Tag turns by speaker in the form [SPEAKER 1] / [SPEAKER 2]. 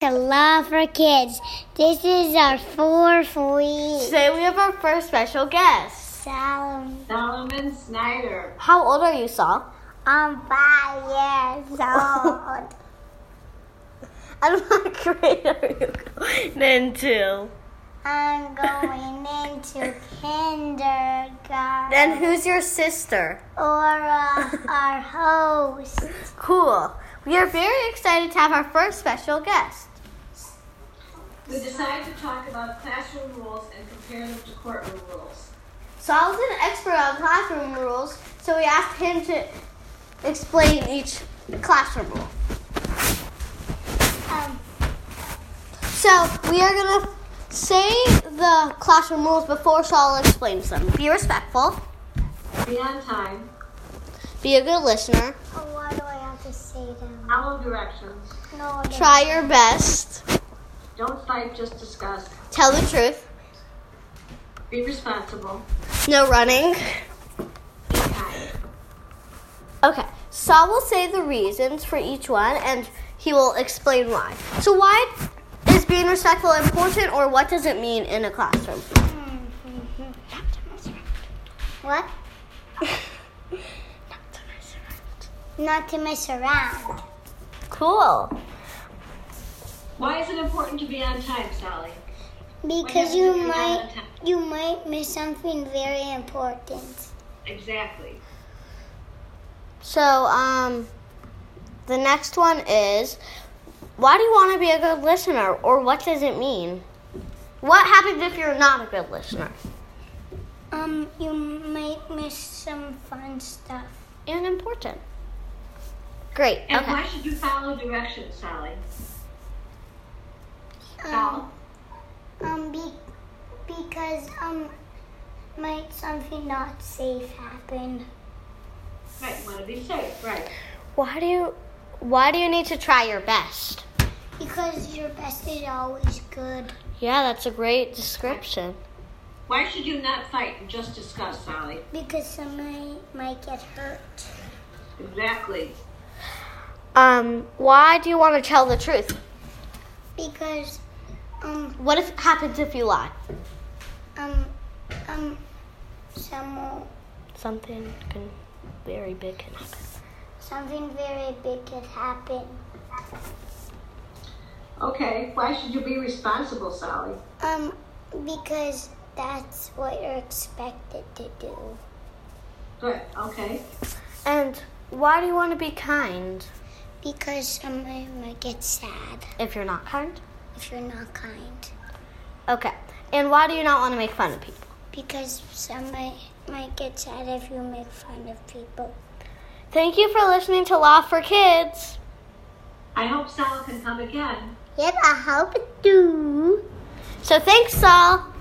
[SPEAKER 1] to Love for Kids. This is our fourth week.
[SPEAKER 2] Today we have our first special guest.
[SPEAKER 1] Sound
[SPEAKER 3] Solomon Snyder.
[SPEAKER 2] How old are you, Saul?
[SPEAKER 1] I'm five years old.
[SPEAKER 2] And what grade are you going into?
[SPEAKER 1] I'm going into kindergarten.
[SPEAKER 2] And who's your sister?
[SPEAKER 1] Aura, our host.
[SPEAKER 2] Cool. We are very excited to have our first special guest.
[SPEAKER 3] We decided to talk about classroom rules and compare them to courtroom rules.
[SPEAKER 2] Saul's an expert on classroom rules, so we asked him to explain each classroom rule.
[SPEAKER 1] Um,
[SPEAKER 2] So we are going to say the classroom rules before Saul explains them. Be respectful,
[SPEAKER 3] Be on time.
[SPEAKER 2] be a good listener,
[SPEAKER 1] why do I have to say them?
[SPEAKER 3] Follow directions.
[SPEAKER 1] No, they-
[SPEAKER 2] try your best,
[SPEAKER 3] Don't fight, just discuss.
[SPEAKER 2] tell the truth,
[SPEAKER 3] Be responsible.
[SPEAKER 2] no running.
[SPEAKER 3] Be kind.
[SPEAKER 2] Okay, Saul will say the reasons for each one and he will explain why. So, why is being respectful important or what does it mean in a classroom?
[SPEAKER 1] Mm-hmm. What? Not to mess around.
[SPEAKER 2] Cool.
[SPEAKER 3] Why is it important to be on time, Sally?
[SPEAKER 1] Because
[SPEAKER 3] Because
[SPEAKER 1] you
[SPEAKER 3] you
[SPEAKER 1] might
[SPEAKER 3] have
[SPEAKER 1] you might miss something very important.
[SPEAKER 3] Exactly.
[SPEAKER 2] So, um, the next one is why do you want to be a good listener or what does it mean? What happens if you're not a good listener?
[SPEAKER 1] Um, you might miss some fun stuff.
[SPEAKER 2] And important. Great.
[SPEAKER 3] And
[SPEAKER 2] okay.
[SPEAKER 3] why should you follow directions, Sally?
[SPEAKER 1] Um, um, be, because um, might something not safe happen?
[SPEAKER 3] Right, you want to be safe, right?
[SPEAKER 2] Why do you why do you need to try your best?
[SPEAKER 1] Because your best is always good.
[SPEAKER 2] Yeah, that's a great description.
[SPEAKER 3] Why should you not fight and just discuss, Sally?
[SPEAKER 1] Because somebody might get hurt.
[SPEAKER 3] Exactly.
[SPEAKER 2] Um, why do you want to tell the truth?
[SPEAKER 1] Because um,
[SPEAKER 2] What if happens if you lie?
[SPEAKER 1] um, um, some
[SPEAKER 2] Something can very big can happen.
[SPEAKER 1] something very big could happen.
[SPEAKER 3] Okay, why should you be responsible, Sally?
[SPEAKER 1] Um, because that's what you're expected to do.
[SPEAKER 3] Good, okay.
[SPEAKER 2] And why do you want to be kind
[SPEAKER 1] Because somebody might get sad
[SPEAKER 2] if you're not kind?
[SPEAKER 1] if you're not kind.
[SPEAKER 2] Okay. And why do you not want to make fun of people?
[SPEAKER 1] Because somebody might get sad if you make fun of people.
[SPEAKER 2] Thank you for listening to Law for Kids.
[SPEAKER 3] I hope Sally can come again.
[SPEAKER 1] Yep, I hope it do.
[SPEAKER 2] So thanks, Saul.